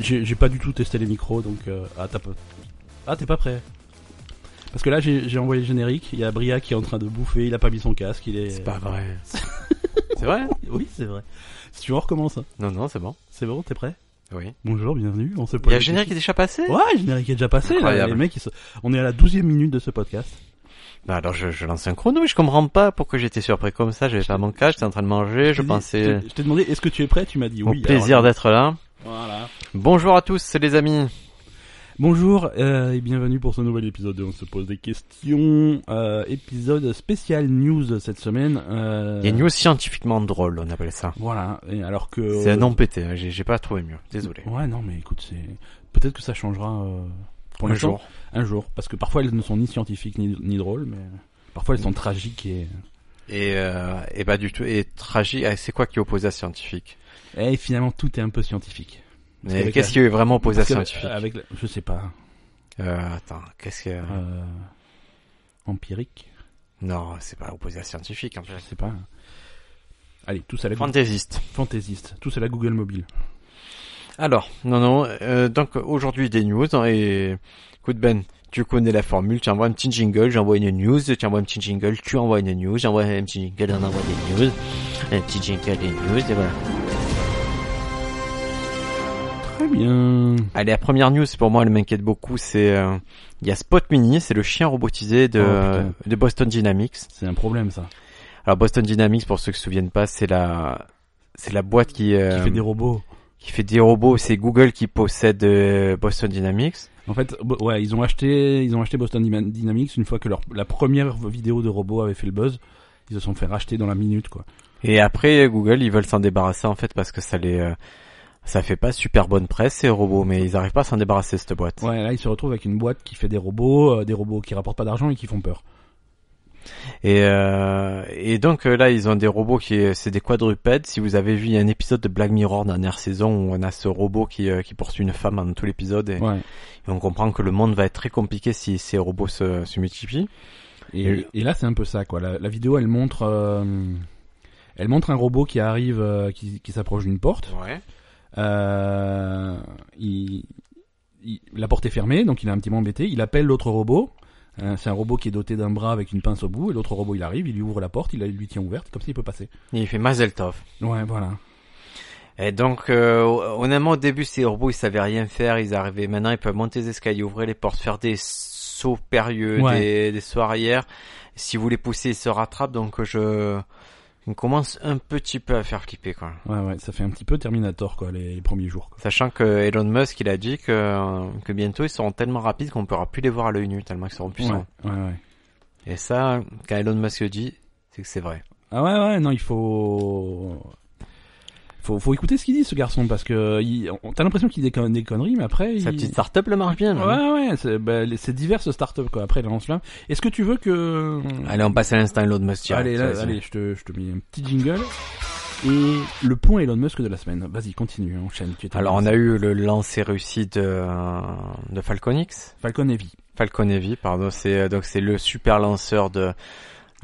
j'ai j'ai pas du tout testé les micros, donc euh, ah t'as pas- ah, t'es pas prêt. Parce que là j'ai j'ai envoyé le générique, il y a Bria qui est en train de bouffer, il a pas mis son casque, il est. C'est pas vrai. c'est vrai Oui c'est vrai. Si tu veux on recommence, hein. Non, non, c'est bon. c'est bon, t'es prêt Oui. Bonjour, bienvenue, on se Il pose. y a la le générique qui est déjà passé question. Ouais, le générique est déjà passé. Là, Incroyable. les mecs, ils se- on est à la douzième minute de ce podcast. Bah alors je, je lance un chrono, mais je comprends pas pourquoi j'étais surpris comme ça, j'avais pas mon cas, j'étais en train de manger, je t'ai dit- pensais je t'ai- Je t'ai demandé, est-ce que tu es prêt Tu m'as dit au oui. plaisir alors- d'être là. Voilà. Bonjour à tous, c'est les amis. Bonjour euh, et bienvenue pour ce nouvel épisode de On se pose des questions. Euh, épisode spécial news cette semaine. Euh, Euh, Les news scientifiquement drôles, on appelle ça. Voilà. Et alors que. C'est un nom pété, hein, j'ai j'ai pas trouvé mieux, désolé. Ouais, non, mais écoute, c'est peut-être que ça changera euh, pour un l'instant. jour. Un jour, parce que parfois elles ne sont ni scientifiques ni, ni drôles, mais parfois elles sont tragiques et. Et, euh, et bah du tout, et tragique, ah, c'est quoi qui est opposé à scientifique Et finalement, tout est un peu scientifique. Parce Mais qu'avec qu'est-ce la- qui est vraiment opposé à Parce que, scientifique euh, Avec, la- je sais pas. euh, Attends, qu'est-ce que... euh, empirique, Non, c'est pas opposé à scientifique en je fait. sais pas. Allez, tous à la Google. Fantaisiste. fantaisiste, tous à la Google Mobile. Alors, non, non, euh, donc aujourd'hui des news, hein, et écoute Ben, tu connais la formule, tu envoies un petit jingle, j'envoie une news, tu envoies un petit jingle, tu envoies une news, j'envoie un petit jingle, on envoie des news, un petit jingle, des news, et voilà. Très bien. Allez, la première news pour moi, elle m'inquiète beaucoup, c'est... euh, Il y a Spot Mini, c'est le chien robotisé de, Oh, de Boston Dynamics. C'est un problème ça. Alors Boston Dynamics, pour ceux qui se souviennent pas, c'est la... C'est la boîte qui, euh, Qui fait des robots. qui fait des robots, c'est Google qui possède euh, Boston Dynamics. En fait, bo- ouais, ils ont acheté, ils ont acheté Boston Dyna- Dynamics une fois que leur, la première vidéo de robots avait fait le buzz. Ils se sont fait racheter dans la minute quoi. Et après Google, ils veulent s'en débarrasser en fait parce que ça les euh, ça fait pas super bonne presse ces robots, mais ils arrivent pas à s'en débarrasser cette boîte. Ouais, là ils se retrouvent avec une boîte qui fait des robots, euh, des robots qui rapportent pas d'argent et qui font peur. Et euh, et donc euh, là, ils ont des robots qui euh, c'est des quadrupèdes. Si vous avez vu il y a un épisode de Black Mirror dernière saison où on a ce robot qui euh, qui poursuit une femme dans tout l'épisode et, Ouais. et on comprend que le monde va être très compliqué si ces robots se, se multiplient. Et, et là, c'est un peu ça, quoi. La, la vidéo, elle montre, euh, elle montre un robot qui arrive, euh, qui, qui s'approche d'une porte. Ouais. Euh, il, il- la porte est fermée, donc il est un petit peu embêté. Il appelle l'autre robot. Euh, c'est un robot qui est doté d'un bras avec une pince au bout. Et l'autre robot, il arrive, il lui ouvre la porte, il la lui tient ouverte, comme ça il peut passer. Et il fait Mazel Tov. Ouais, voilà. Et donc, euh, honnêtement, au début, ces robots, ils savaient rien faire. Ils arrivaient. Maintenant, ils peuvent monter les escaliers, ouvrir les portes, faire des sauts périlleux, Ouais. des, des sauts arrière. Si vous les poussez, ils se rattrapent. Donc, je on commence un petit peu à faire flipper, quoi. Ouais, ouais, ça fait un petit peu Terminator, quoi, les, les premiers jours. quoi. Sachant que Elon Musk, il a dit que, euh, que bientôt, ils seront tellement rapides qu'on ne pourra plus les voir à l'œil nu, tellement ils seront puissants. Ouais, ouais, ouais. Et ça, quand Elon Musk le dit, c'est que c'est vrai. Ah ouais, ouais, non, il faut. Faut, faut écouter ce qu'il dit ce garçon parce que il- on- t'as l'impression qu'il dit con- des conneries mais après Sa il- petite hein. start-up le marche bien. là. Ouais, ouais, c'est bah, les- c'est diverses startups quoi. Après, la lance flamme. Est-ce que tu veux que. Allez, on passe à l'instant Elon Musk. direct. allez, là, Vas-y. allez je, te, je te mets un petit jingle. Et le point Elon Musk de la semaine. Vas-y, continue, enchaîne. Tu es Alors on a eu le lancer réussi de, de Falcon X, Falcon Heavy. Falcon Heavy, pardon, c'est euh, donc c'est le super lanceur de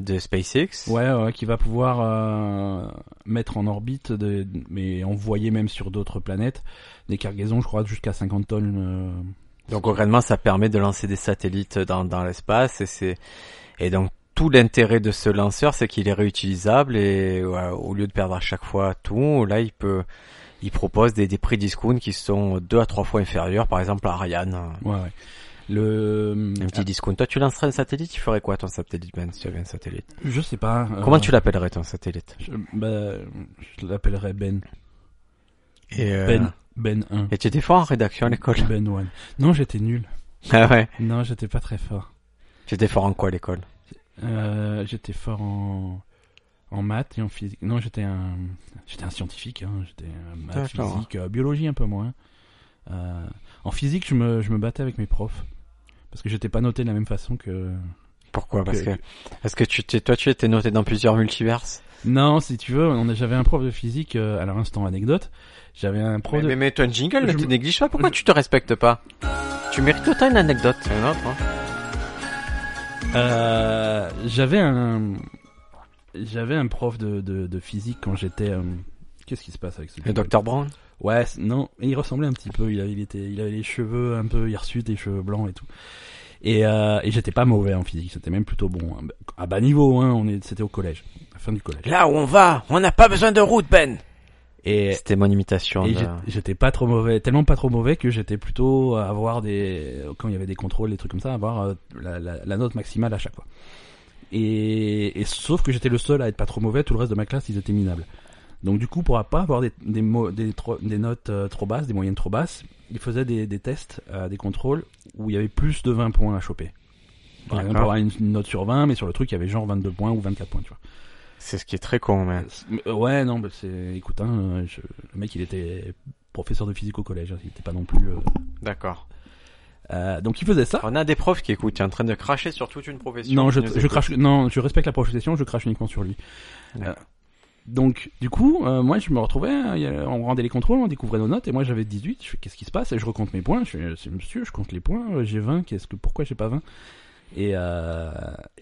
de SpaceX. Ouais, ouais, qui va pouvoir euh, mettre en orbite, des- mais envoyer même sur d'autres planètes, des cargaisons, je crois, jusqu'à 50 tonnes. euh, Donc concrètement, ça permet de lancer des satellites dans dans l'espace et c'est et donc tout l'intérêt de ce lanceur, c'est qu'il est réutilisable et ouais, au lieu de perdre à chaque fois tout, là il peut il propose des, des prix discount qui sont deux à trois fois inférieurs, par exemple à Ariane. euh, Ouais, ouais. Le... Un petit discount. Toi, tu lancerais un satellite, tu ferais quoi ton satellite, Ben, si tu avais un satellite Je sais pas. euh, Comment tu l'appellerais ton satellite je, bah, je l'appellerais Ben. Et, euh, Ben. Ben 1. Et tu étais fort en rédaction à l'école Ben 1. Non, j'étais nul. Ah ouais. Non, j'étais pas très fort. Tu étais fort en quoi à l'école Euh, j'étais fort en en maths et en physique. Non, j'étais un j'étais un scientifique. Hein. J'étais un maths, D'accord. physique, euh, biologie un peu moins. Euh, en physique, je me je me battais avec mes profs parce que j'étais pas noté de la même façon que. Pourquoi Parce que Que- parce que tu t'es toi tu étais noté dans plusieurs multiverses. Non, si tu veux, on a- j'avais un prof de physique. euh, alors instant anecdote, j'avais un prof Mais, de. mais mets-toi un jingle, Je ne te me- néglige pas. Pourquoi je- tu te respectes pas Tu mérites autant une anecdote, c'est une autre. hein. Euh, j'avais un j'avais un prof de de, de physique quand j'étais. euh, Qu'est-ce qui se passe avec ce Le jingle docteur Brown. Ouais, c- non, mais il ressemblait un petit peu. Il avait, il était, il avait les cheveux un peu hirsutes, les cheveux blancs et tout. Et, euh, et j'étais pas mauvais en physique, c'était même plutôt bon. hein. À bas niveau, hein, on est, c'était au collège, à la fin du collège. Là où on va, on n'a pas besoin de route, Ben. Et, C'était mon imitation. et de- j'ai- j'étais pas trop mauvais, tellement pas trop mauvais que j'étais plutôt à avoir des, quand il y avait des contrôles, des trucs comme ça, à avoir euh, la, la- la note maximale à chaque fois. Et, et sauf que j'étais le seul à être pas trop mauvais, tout le reste de ma classe ils étaient minables. Donc du coup, pour pas avoir des, des, mo- des, tro- des notes euh, trop basses, des moyennes trop basses, ils faisaient des, des tests, euh, des contrôles où il y avait plus de 20 points à choper. Par exemple, pour D'accord. avoir une, une note sur 20, mais sur le truc, il y avait genre 22 points ou 24 points, tu vois. C'est ce qui est très con, mais. Mais, euh, Ouais, non, bah, c'est. Écoute, hein, euh, je- le mec, il était professeur de physique au collège. hein, Il était pas non plus. euh, D'accord. euh, donc, il faisait ça. On a des profs qui écoutent. Tu es en train de cracher sur toute une profession. Non, qui je, nous je écoute. crache. Non, je respecte la profession. Je crache uniquement sur lui. D'accord. Euh, donc, du coup, euh, moi, je me retrouvais. hein, il y a- on rendait les contrôles, on découvrait nos notes, et moi, j'avais 18. Je fais qu'est-ce qui se passe Et je recompte mes points. Je fais, euh, c'est monsieur, je compte les points. euh, J'ai 20. Qu'est-ce que pourquoi j'ai pas 20 et, euh,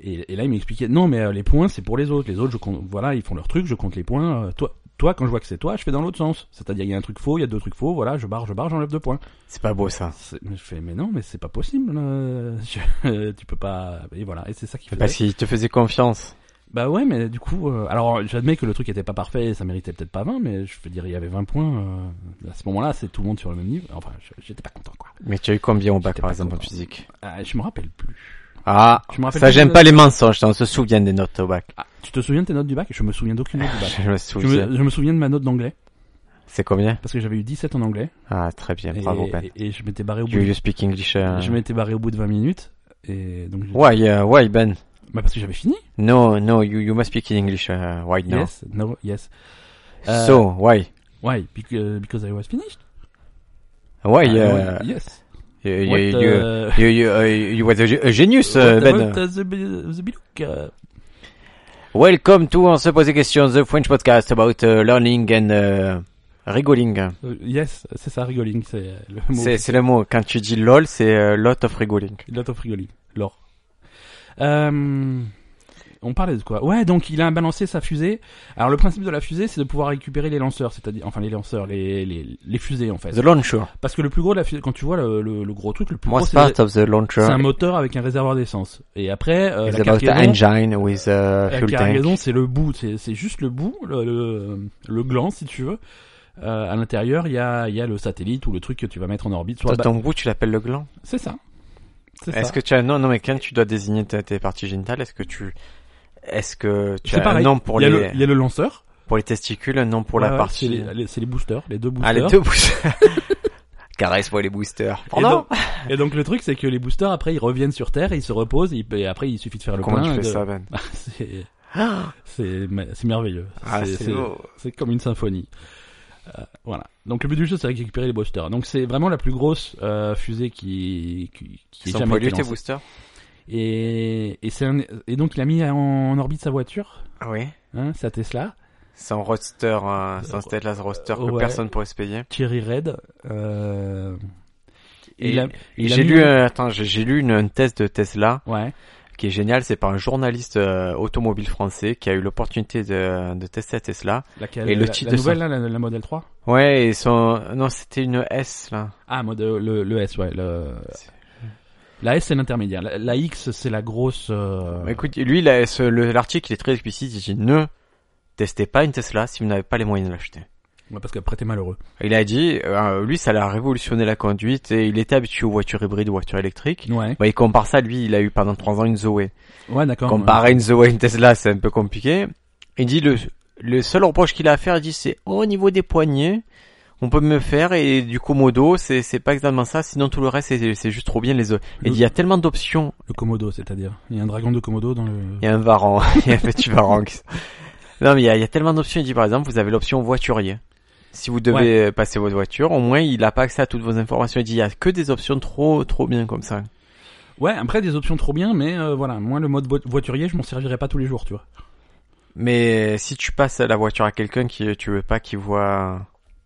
et, et là, il m'expliquait non, mais euh, les points, c'est pour les autres. Les autres, je compte, voilà, ils font leur truc, je compte les points. euh, toi, toi, quand je vois que c'est toi, je fais dans l'autre sens. C'est-à-dire, il y a un truc faux, il y a deux trucs faux. Voilà, je barre, je barre, j'enlève deux points. C'est pas beau ça. C'est- mais Je fais mais non, mais c'est pas possible. euh, je- tu peux pas. Et voilà, et c'est ça qui fait. Parce qu'ils te faisaient confiance. Bah ouais, mais du coup, euh, alors j'admets que le truc était pas parfait, et ça méritait peut-être pas 20, mais je veux dire, il y avait 20 points. euh, à ce moment-là, c'est tout le monde sur le même niveau. Enfin, je- j'étais pas content quoi. Mais tu as eu combien au bac, J'étais par pas exemple, en content. physique Ah, je me rappelle plus. Ah, Je me rappelle ça plus j'aime de- pas les mensonges. On se souvient des notes au bac. Bah, Ah, tu te souviens de tes notes du bac Je me souviens d'aucune note du bac. Je me Je souviens. me, je me souviens de ma note d'anglais, C'est combien parce que j'avais eu 17 en anglais, Ah, très bien. et, Bravo, Ben. et- et je m'étais barré au bout. You, de- you speak English. Uh... Je m'étais barré au bout de 20 minutes, et donc. j'étais- Why, uh, why, Ben Bah parce que j'avais fini. No, no, you, you must speak in English. Uh, why now Yes, no, yes. Euh, So, why Why? Because, euh, because I was finished. Why, I uh, was- yes. you, you, What, you, uh, you, you, uh, you was a, ge- a genius, uh, what Ben. about, uh, the, the Bilouk, uh, Welcome to On se pose des questions, the French podcast about uh, learning and uh, rigoling. Euh, Yes, c'est ça, rigoling, c'est le mot. C'est c'est le mot. Quand tu dis lol, c'est euh, lot of rigoling. Lot of rigoling, l'or. Euh, on parlait de quoi Ouais, donc il a balancé sa fusée. Alors le principe de la fusée, c'est de pouvoir récupérer les lanceurs, c'est-à-dire, enfin les lanceurs, les, les, les fusées en fait. The launcher. Parce que le plus gros de la fusée, quand tu vois le, le, le gros truc, le plus gros, Most c'est part of the launcher c'est un moteur avec un réservoir d'essence. Et après, euh, is la about the cargaison, engine with uh, la fuel tank. cargaison, c'est le bout, c'est c'est juste le bout, le, le, le gland si tu veux. Euh, à l'intérieur, il y a, il y a le satellite ou le truc que tu vas mettre en orbite. Soit Toi, ba- ton bout, tu l'appelles le gland. C'est ça. bah, C'est ça. Est-ce que tu as non non mais quand tu dois désigner ta- tes parties génitales, est-ce que tu est-ce que tu C'est as pareil. un nom pour il, y les a le, il y a le lanceur. pour les testicules, un nom pour Ouais, la ouais, partie C'est les, les- c'est les boosters, les deux boosters. ah les deux boosters. Caresse-moi les boosters. Et Pardon donc, et donc le truc c'est que les boosters après ils reviennent sur Terre et ils se reposent et, ils- et après il suffit de faire le Comment plein. tu et fais de- Bah, ça Ben c'est c'est ma- c'est merveilleux. Ah C'est- c'est c'est- beau. c'est comme une symphonie. Euh, voilà. Donc le but du jeu c'est de récupérer les boosters. Donc c'est vraiment la plus grosse euh, fusée qui qui, qui ait Ils sont jamais été pollués tes lancée. boosters Et et c'est un- et donc il a mis en, en orbite sa voiture, Ah Oui. hein, sa Tesla, C'est un roadster, euh, c'est un Stella roadster que ouais. personne pourrait se payer. Cherry Red. Euh, Et- il a- Et il a j'ai mis- lu euh, attends, j'ai j'ai lu une, une thèse de Tesla Ouais. qui est géniale, c'est par un journaliste euh, automobile français qui a eu l'opportunité de, de tester la Tesla. Laquelle, Et le la, titre la de nouvelle, là, la, la modèle 3 Ouais, et son non, c'était une S là. Ah, modèle, le, le S, ouais. Le... C'est- La S, c'est l'intermédiaire. La, la X, c'est la grosse... euh, Bah, Écoute, lui, là, ce- le- l'article il est très explicite. Il dit ne testez pas une Tesla si vous n'avez pas les moyens de l'acheter. ouais, parce qu'après, t'es malheureux. Il a dit, euh, lui, ça l'a révolutionné la conduite et il était habitué aux voitures hybrides, aux voitures électriques. Ouais, Bah, il compare ça, lui, il a eu pendant trois ans une Zoé. ouais d'accord. Comparer une Zoé à une Tesla, c'est un peu compliqué. Il dit le, le seul reproche qu'il a à faire, il dit c'est oh, au niveau des poignets, on peut me faire et du Komodo, c'est c'est pas exactement ça. Sinon tout le reste, c'est c'est juste trop bien les œufs. Et il y a tellement d'options Le Komodo, c'est-à-dire. Il y a un dragon de Komodo dans le... Il y a un varan, il y a un petit varan. qui- Non, mais il y a, il y a tellement d'options. Il dit par exemple, vous avez l'option voiturier. Si vous devez passer votre voiture, au moins il n'a pas accès à toutes vos informations. Il dit il y a que des options trop trop bien comme ça. Ouais, après, des options trop bien, mais euh, voilà. Moi, le mode vo- voiturier, je m'en servirais pas tous les jours, tu vois. Mais si tu passes la voiture à quelqu'un qui tu veux pas qu'il voit,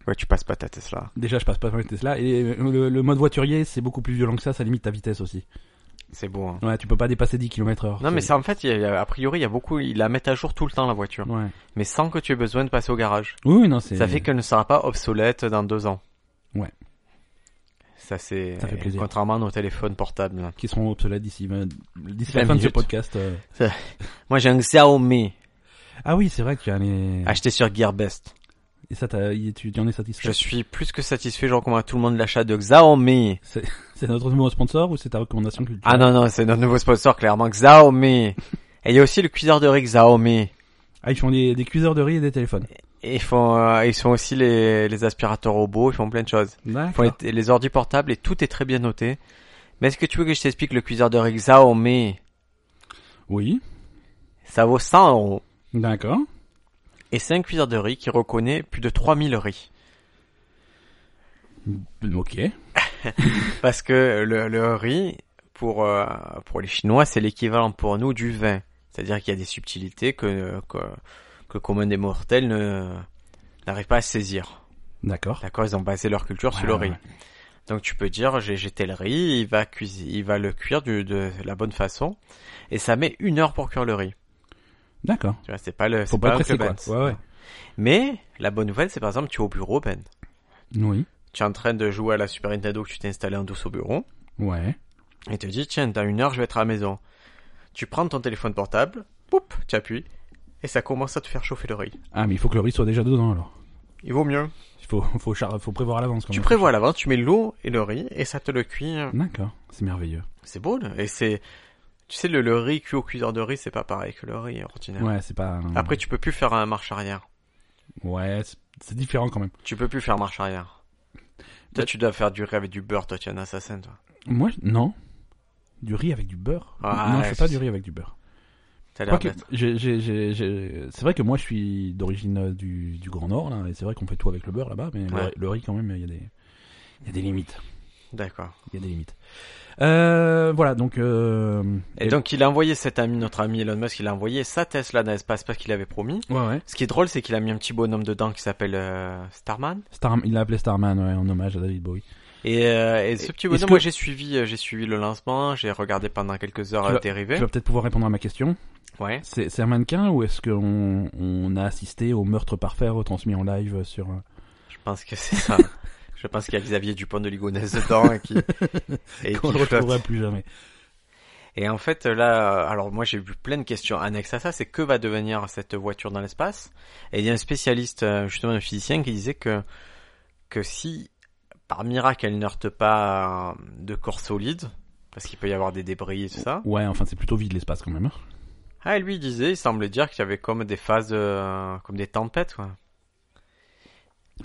ouais, tu passes pas ta Tesla. Déjà, je passe pas par les Tesla. Et euh, le, le mode voiturier, c'est beaucoup plus violent que ça. Ça limite ta vitesse aussi. C'est beau. hein. Ouais, tu peux pas dépasser 10 km heure. Non mais ça en fait, il y a, a priori, il y a beaucoup, ils la mettent à jour tout le temps la voiture, Ouais. mais sans que tu aies besoin de passer au garage. Oui, oui, non, c'est. Ça fait qu'elle ne sera pas obsolète dans deux ans. Ouais. Ça c'est. Ça fait plaisir. Contrairement à nos téléphones portables. Qui seront obsolètes d'ici vingt- d'ici Cinq la fin de ce minutes. podcast. euh. Moi j'ai un Xiaomi Ah oui, c'est vrai que tu as les. acheté sur Gearbest. Et ça, t'as- y- tu tu en es satisfait Ah, Je suis plus que satisfait. Je recommande à tout le monde l'achat de Xiaomi. C'est notre nouveau sponsor ou c'est ta recommandation que tu Ah non non, c'est notre nouveau sponsor clairement Xiaomi. Et il y a aussi le cuiseur de riz Xiaomi. Ah, ils font des, des cuiseurs de riz et des téléphones. Et ils font, euh, ils sont aussi les, les aspirateurs robots. Ils font plein de choses. Ils font D'accord. les, les ordi portables et tout est très bien noté. Mais est-ce que tu veux que je t'explique le cuiseur de riz Xiaomi Oui. Ça vaut 100 euros. D'accord. Et c'est un cuiseur de riz qui reconnaît plus de 3000 riz. Ok. Parce que le, le riz, pour, euh, pour les Chinois, c'est l'équivalent pour nous du vin. C'est-à-dire qu'il y a des subtilités que, que, que le commun des mortels ne, n'arrive pas à saisir. D'accord. D'accord Ils ont basé leur culture sur Ouais, le ouais, riz. ouais. Donc tu peux dire, j'ai j'ai tel riz, il va, cuisiner, il va le cuire du- de la bonne façon. Et ça met une heure pour cuire le riz. D'accord. Tu vois, c'est pas le, Faut c'est pas un presser quoi. Club Benz. Ouais, ouais. Mais la bonne nouvelle, c'est par exemple, tu es au bureau, Ben. Oui. Tu es en train de jouer à la Super Nintendo que tu t'es installé en douce au bureau. Ouais. et te dit tiens dans une heure je vais être à la maison. Tu prends ton téléphone portable, poup, tu appuies et ça commence à te faire chauffer le riz. Ah, mais il faut que le riz soit déjà dedans alors. Il vaut mieux. Il faut, faut, char- faut prévoir à l'avance quand Tu même. prévois à l'avance, tu mets l'eau et le riz et ça te le cuit. D'accord. C'est merveilleux. C'est beau là. Et c'est, tu sais le, le riz cuit au cuiseur de riz c'est pas pareil que le riz ordinaire. Ouais, c'est pas. Après tu peux plus faire un marche arrière. Ouais, c'est- c'est différent quand même. Tu peux plus faire marche arrière. Toi Ouais. tu dois faire du riz avec du beurre, toi tu es un assassin toi. Moi, je- non. Du riz avec du beurre Ah, Non, ouais, je fais pas c'est- du riz avec du beurre. T'as l'air Quoique, d'être. j'ai- j'ai- j'ai- j'ai- C'est vrai que moi, je suis d'origine euh, du, du Grand Nord, là, et c'est vrai qu'on fait tout avec le beurre là-bas, mais le- Ouais. le, riz, quand même, il y a des, il y a des limites. D'accord. Il y a des limites. Euh, voilà, donc. euh, Et donc il a envoyé cet ami, notre ami Elon Musk, il a envoyé sa Tesla dans l'espace parce qu'il avait promis. Ouais, ouais. Ce qui est drôle, c'est qu'il a mis un petit bonhomme dedans qui s'appelle euh, Starman. Star- il l'a appelé Starman, ouais, en hommage à David Bowie. Et, euh, et ce petit Est-ce bonhomme, que- moi j'ai suivi, euh, j'ai suivi le lancement, j'ai regardé pendant quelques heures Tu vas- euh, dérivé. Tu vas peut-être pouvoir répondre à ma question. Ouais. C'est c'est un mannequin ou est-ce qu'on on a assisté au meurtre parfait retransmis en live sur. euh, Je pense que c'est ça. Je pense qu'il y a Xavier Dupont de Ligonnès dedans et qui et Qu'on qui le flotte. retrouvera plus jamais. Et en fait là, euh, alors moi j'ai vu plein de questions annexes à ça. C'est que va devenir cette voiture dans l'espace Et il y a un spécialiste, euh, justement un physicien, qui disait que que si par miracle elle n'heurte pas euh, de corps solide, parce qu'il peut y avoir des débris et tout ça. Ouais, enfin, c'est plutôt vide l'espace quand même. hein. Ah, et lui il disait, il semblait dire qu'il y avait comme des phases, euh, comme des tempêtes, quoi.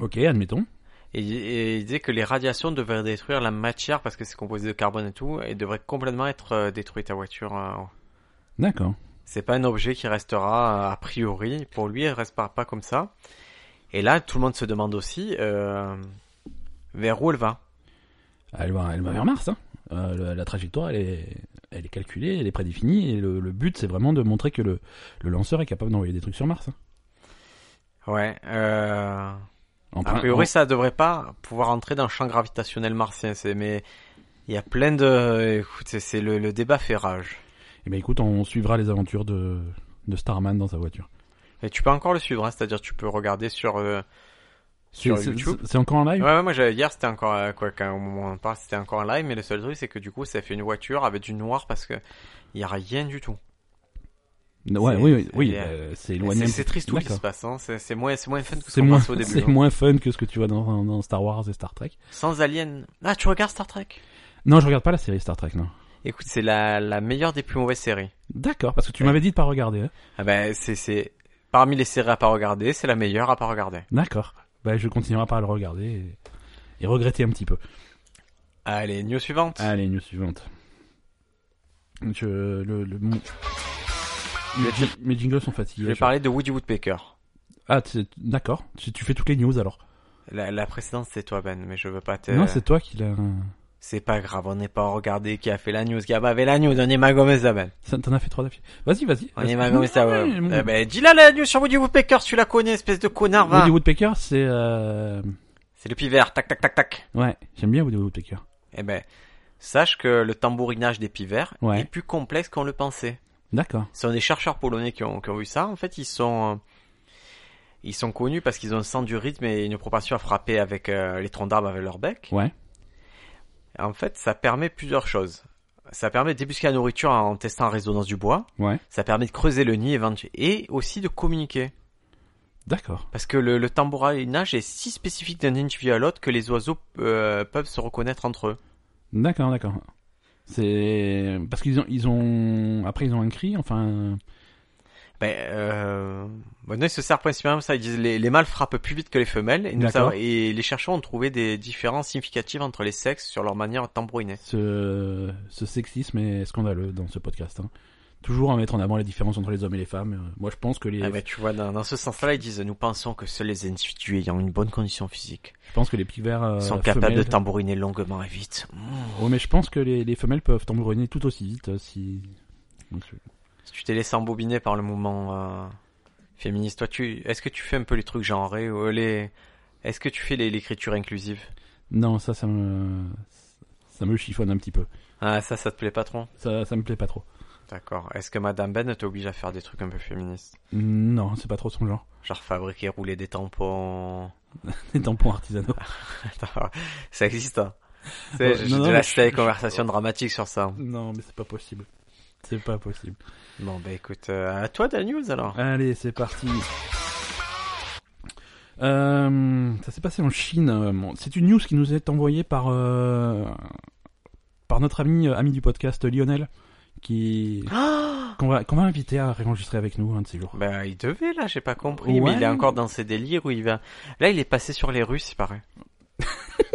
Ok, admettons. Et, et il disait que les radiations devraient détruire la matière parce que c'est composé de carbone et tout, et devrait complètement être euh, détruite ta voiture. euh. D'accord. C'est pas un objet qui restera euh, a priori. Pour lui, elle reste pas, pas comme ça. Et là, tout le monde se demande aussi euh, vers où elle va. Elle va, elle va vers Mars. hein. Euh, le- la trajectoire, elle est, elle est calculée, elle est prédéfinie, et le, le but, c'est vraiment de montrer que le, le lanceur est capable d'envoyer des trucs sur Mars. hein. Ouais. Euh... En A prin- priori, ça devrait pas pouvoir entrer dans le champ gravitationnel martien. C'est mais il y a plein de. Écoute, c'est- c'est le, le débat fait rage. en- Eh ben, écoute, on suivra les aventures de, de Starman dans sa voiture. Et tu peux encore le suivre, hein, c'est-à-dire tu peux regarder sur euh, sur C'est- c'est- YouTube. C'est encore en live Ouais, ouais, moi j'avais hier c'était encore euh, quoi quand au moment où on parle c'était encore en live mais le seul truc c'est que du coup ça fait une voiture avec du noir parce que il y a rien du tout. Ouais, c'est- oui, oui, c'est- oui, euh, euh, c'est Et éloigné. C'est c'est triste tout ce qui D'accord. se passe, hein. c'est c'est moins c'est moins fun que ce C'est qu'on moins, pensait au début. c'est hein. moins fun que ce que tu vois dans, dans Star Wars et Star Trek. Sans Alien. Ah tu regardes Star Trek Non, je regarde pas la série Star Trek, non. Écoute c'est la la meilleure des plus mauvaises séries. D'accord, parce que tu Ouais. m'avais dit de pas regarder. hein. Ah ben c'est c'est parmi les séries à pas regarder c'est la meilleure à pas regarder. D'accord. Bah, je continuerai pas à le regarder et, et regretter un petit peu. Allez news suivante. Allez, Ah, news suivante. Je, le, le, mon- vais mes, jing- mes jingles sont fatigués. Je vais je- parler de Woody Woodpecker. Ah, c'est- d'accord. Tu, tu fais toutes les news alors. La, la précédente c'est toi Ben mais je veux pas te. Non, c'est toi qui l'as. C'est pas grave on n'est pas regardé qui a fait la news Gaba avait la news on est ma Gomez là, Ben. ça- T'en as fait trois d'affilée. Vas-y, vas-y. On Vas-y. est mal comme ça, ouais. Ouais, mon- Eh ben, dis-la la news sur Woody Woodpecker, tu la connais, espèce de connard, va. Woody Woodpecker, c'est. euh, C'est le pivert, tac, tac, tac, tac. Ouais, j'aime bien Woody Woodpecker. Eh ben, Sache que le tambourinage des pivers Ouais. est plus complexe qu'on le pensait. D'accord. Ce sont des chercheurs polonais qui ont, qui ont vu ça. En fait, ils sont, euh, ils sont connus parce qu'ils ont le sens du rythme et une propension à frapper avec euh, les troncs d'arbres avec leur bec. Ouais. En fait, ça permet plusieurs choses. Ça permet de débusquer la nourriture en testant la résonance du bois. Ouais. Ça permet de creuser le nid éventu- et aussi de communiquer. D'accord. Parce que le, le tambourinage est si spécifique d'un individu à l'autre que les oiseaux euh, peuvent se reconnaître entre eux. D'accord, d'accord. C'est parce qu'ils ont, ils ont, après ils ont un cri, enfin. Ben, euh... bon, non, ils se servent principalement de ça. Ils disent les, les mâles frappent plus vite que les femelles. Et, nous D'accord. avons- et les chercheurs ont trouvé des différences significatives entre les sexes sur leur manière de tambouriner. ce, ce sexisme est scandaleux dans ce podcast. hein. Toujours à mettre en avant les différences entre les hommes et les femmes. Euh, Moi, je pense que les, Ah ben, tu vois, dans, dans ce sens-là, ils disent nous pensons que seuls les individus ayant une bonne condition physique je pense que les petits vers sont capables de tambouriner longuement et vite. Mmh. Oh, mais je pense que les, les femelles peuvent tambouriner tout aussi vite euh, si. Donc, je- Si tu t'es laissé embobiner par le mouvement euh, féministe, toi, tu est-ce que tu fais un peu les trucs genrés ou euh, les est-ce que tu fais les- l'écriture inclusive Non, ça, ça me, ça me chiffonne un petit peu. Ah, ça, ça te plaît pas trop Ça, ça me plaît pas trop. D'accord. Est-ce que Madame Ben t'oblige à faire des trucs un peu féministes Non, c'est pas trop son genre. Genre fabriquer, rouler des tampons. Les tampons artisanaux. Ah. Attends, ça existe. Hein Tu Ouais, sais, J'ai non, non, déjà mais je- acheté des conversations dramatiques sur ça. Non, mais c'est pas possible. C'est pas possible. Bon, bah écoute, euh, à toi ta news alors. Allez, c'est parti. Euh, ça s'est passé en Chine. Euh, bon, C'est une news qui nous est envoyée par euh, par notre ami euh, ami du podcast Lionel, qui Ah. qu'on va qu'on va inviter à réenregistrer avec nous un de ces jours. Oh Bah il devait là, j'ai pas compris, Ouais. mais il est encore dans ses délires où il va. Là, il est passé sur les Russes, il paraît.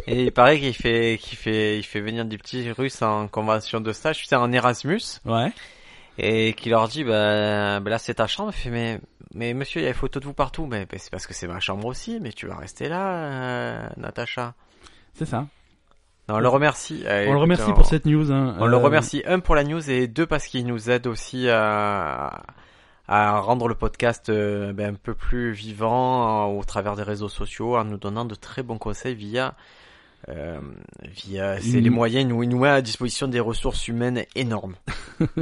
Et il paraît qu'il fait, qu'il fait, il fait venir des petits Russes en convention de stage, tu sais, en Erasmus, Ouais. et qui leur dit, bah, bah là c'est ta chambre. Il fait, mais, mais monsieur, il y a des photos de vous partout, mais bah, c'est parce que c'est ma chambre aussi, mais tu vas rester là, euh, Natacha. C'est ça. Non, on le remercie. on Euh, le écoute, remercie on- pour cette news. hein. On le Euh, remercie, un, pour la news, et deux, parce qu'il nous aide aussi à, à rendre le podcast euh, ben, un peu plus vivant euh, au travers des réseaux sociaux, en nous donnant de très bons conseils via... euh, via c'est Une- les moyens, il nous, il nous met à disposition des ressources humaines énormes.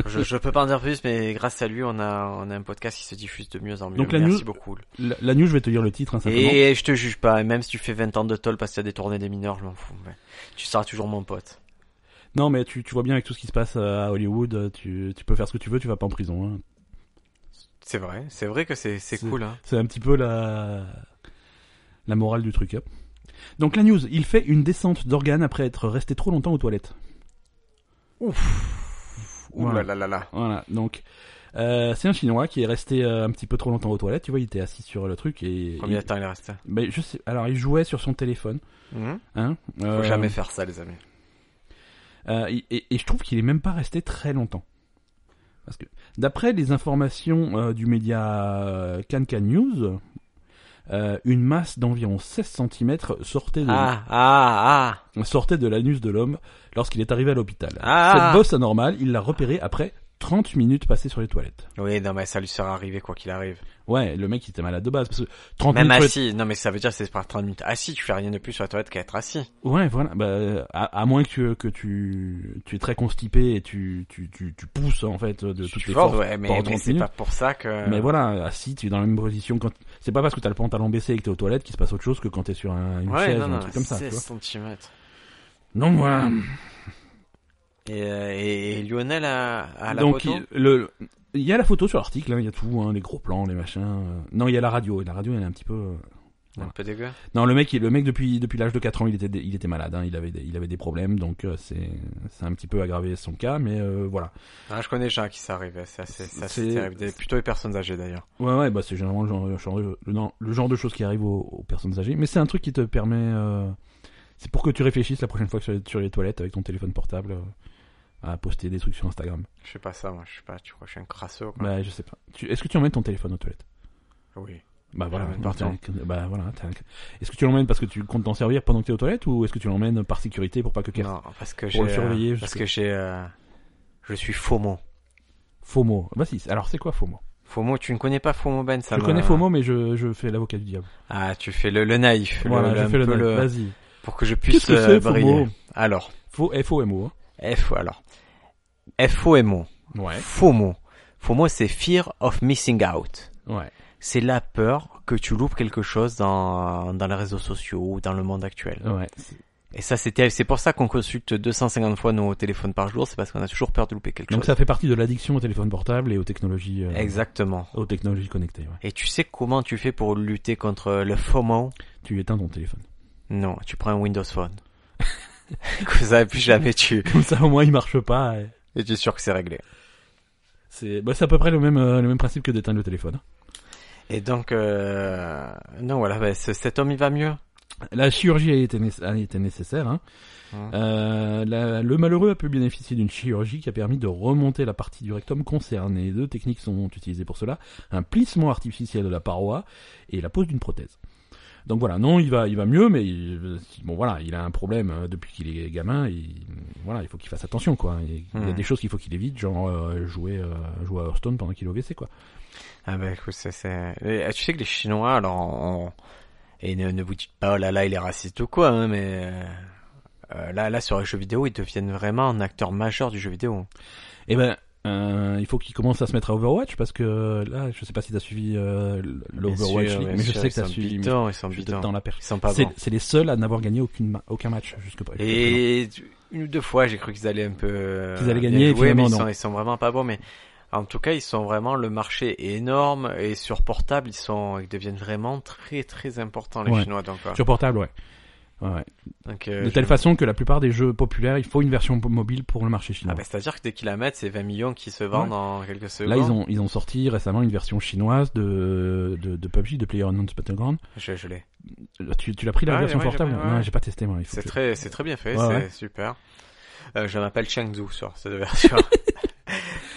je, je peux pas en dire plus, mais grâce à lui, on a, on a un podcast qui se diffuse de mieux en mieux. Donc la Merci news- beaucoup. La, la news, je vais te dire le titre. Hein, simplement. Et je te juge pas, et même si tu fais 20 ans de toll parce que t'as détourné des mineurs, je m'en fous. mais tu seras toujours mon pote. Non, mais tu, tu vois bien avec tout ce qui se passe euh, à Hollywood, euh, tu, tu peux faire ce que tu veux, tu vas pas en prison. hein. C'est vrai, c'est vrai que c'est c'est C'est- cool. Hein. C'est un petit peu la, la morale du truc. hein. Donc la news, il fait une descente d'organes après être resté trop longtemps aux toilettes. Ouh là Voilà. là là là. Voilà, donc euh, c'est un Chinois qui est resté euh, un petit peu trop longtemps aux toilettes. Tu vois, il était assis sur le truc et... Combien il- de temps il est resté Ben, je sais, alors il jouait sur son téléphone. Hmm Hein, Faut euh, jamais faire ça, les amis. Euh, et- et, et je trouve qu'il est même pas resté très longtemps. Parce que, d'après les informations euh, du média euh, CanCan News, euh, une masse d'environ 16 cm sortait de, Ah, ah, sortait de l'anus de l'homme lorsqu'il est arrivé à l'hôpital. Ah. Cette bosse anormale, il l'a repérée après 30 minutes passées sur les toilettes. ah Oui, non, mais ça lui sera arrivé quoi qu'il arrive. Ouais, le mec il était malade de base parce que 30 Même minutes. sur les- assis, non, mais ça veut dire que c'est par 30 minutes. Assis, tu fais rien de plus sur la toilette qu'à être assis. Ouais, voilà. Bah, à, à moins que tu, que tu tu es très constipé et tu tu tu, tu pousses en fait de toutes Tu les vois, forces. ouais, mais, pendant mais 30 c'est minutes. pas pour ça que. Mais voilà, assis, tu es dans la même position. Quand c'est pas parce que t'as le pantalon baissé et que t'es aux toilettes qu'il se passe autre chose que quand t'es sur un- une Ouais, chaise non, ou un non, truc comme ça. Tu 16 vois. cm. Donc voilà. Et, euh, et, et Lionel a, a la Donc photo il, le il y a la photo sur l'article, hein, il y a tout, hein, les gros plans, les machins. euh. Non, il y a la radio. et La radio, elle est un petit peu. euh, Un peu dégueu. Non, le mec, il- le mec depuis depuis l'âge de 4 ans, il était il était malade. hein, il avait des- il avait des problèmes, donc euh, c'est c'est un petit peu aggravé son cas, mais euh, voilà. Ah, je connais des gens à qui ça arrive, c'est assez, c'est assez C'est- terrible. Des- Plutôt les personnes âgées d'ailleurs. Ouais, ouais, bah c'est généralement le genre, le genre de- le, non, le genre de choses qui arrivent aux, aux personnes âgées. Mais c'est un truc qui te permet. euh, c'est pour que tu réfléchisses la prochaine fois que tu vas être sur les toilettes avec ton téléphone portable euh, à poster des trucs sur Instagram. Je fais pas ça, moi, je suis pas, tu crois, que je suis un crasseux, quoi. Bah, je sais pas. Tu- Est-ce que tu emmènes ton téléphone aux toilettes Oui. Bah voilà. l'emmène partout. t'as- Bah voilà. t'as- Est-ce que tu l'emmènes parce que tu comptes t'en servir pendant que t'es aux toilettes ou est-ce que tu l'emmènes par sécurité pour pas que quelqu'un. Non, parce que j'ai. Pour le euh, surveiller Parce jusque- que j'ai. euh, Je suis FOMO. FOMO. Bah si. Alors c'est quoi FOMO FOMO, tu ne connais pas FOMO Ben ça Je me- connais FOMO, mais je, je fais l'avocat du diable. Ah, tu fais le, le naïf. le- voilà, le- je un fais le. peu nom. le- Vas-y. Pour que je Qu'est-ce puisse que c'est euh, briller. FOMO Alors, Faux- FOMO. hein. FO, alors. FOMO. Ouais. FOMO. FOMO, c'est Fear of Missing Out. Ouais. C'est la peur que tu loupes quelque chose dans, dans les réseaux sociaux ou dans le monde actuel. Ouais. Et ça, c'est terrible. C'est pour ça qu'on consulte 250 fois nos téléphones par jour. C'est parce qu'on a toujours peur de louper quelque Donc chose. ça fait partie de l'addiction au téléphone portable et aux technologies, euh, Exactement. aux technologies connectées. ouais. Et tu sais comment tu fais pour lutter contre le FOMO Tu éteins ton téléphone. Non, tu prends un Windows Phone. que ça plus jamais tu. Comme ça, au moins, il marche pas. et Et tu es sûr que c'est réglé. C'est bah, c'est à peu près le même, euh, le même principe que d'éteindre le téléphone. Et donc, euh... non, voilà, bah, ce- cet homme, il va mieux. La chirurgie a été, né- a été nécessaire. hein. Hein. Euh, la- le malheureux a pu bénéficier d'une chirurgie qui a permis de remonter la partie du rectum concernée. Deux techniques sont utilisées pour cela un plissement artificiel de la paroi et la pose d'une prothèse. Donc voilà, non, il va, il va mieux, mais il- bon voilà, il a un problème euh, depuis qu'il est gamin. Il, voilà, il faut qu'il fasse attention quoi. Il, il y a Hmm. des choses qu'il faut qu'il évite, genre euh, jouer, euh, jouer à Hearthstone pendant qu'il est au WC quoi. Ah bah écoute, ça, c'est... Et, Tu sais que les Chinois, alors, on- et ne, ne vous dites pas, oh là là, il est raciste ou quoi, hein, mais euh, euh, là, là, sur les jeux vidéo, ils deviennent vraiment un acteur majeur du jeu vidéo. Eh ben, euh, il faut qu'il commence à se mettre à Overwatch parce que euh, là, je sais pas si t'as suivi euh, l'Overwatch League, mais je sais que t'as suivi. Ils mais sont bidons, ils sont je te bidons. tends la perche. Ils sont pas C'est bons. c'est les seuls à n'avoir gagné aucune ma- aucun match jusque jusque présent. Et une ou deux fois, j'ai cru qu'ils allaient un peu... euh, Qu'ils allaient bien gagner, et jouer, mais finalement, ils non. sont, ils sont vraiment pas bons, mais... En tout cas, ils sont vraiment le marché est énorme et sur portable, ils sont, ils deviennent vraiment très très importants les Ouais. Chinois donc. quoi. sur portable, ouais. Ouais, ouais. Donc, euh, De je- telle façon que la plupart des jeux populaires, il faut une version mobile pour le marché Ah chinois. bah c'est-à-dire que dès qu'ils la mettent, c'est 20 millions qui se vendent en quelques secondes. Là, ils ont, ils ont sorti récemment une version chinoise de, de, de PUBG, de PlayerUnknown's Battleground. Je, je l'ai. Euh, Tu, tu l'as pris la Ouais, version ouais, j'ai portable pris, ouais. Non, j'ai pas testé, moi. Il faut C'est que- très, c'est très bien fait, Ouais, c'est ouais. super. Euh, je m'appelle Chengzu sur cette version.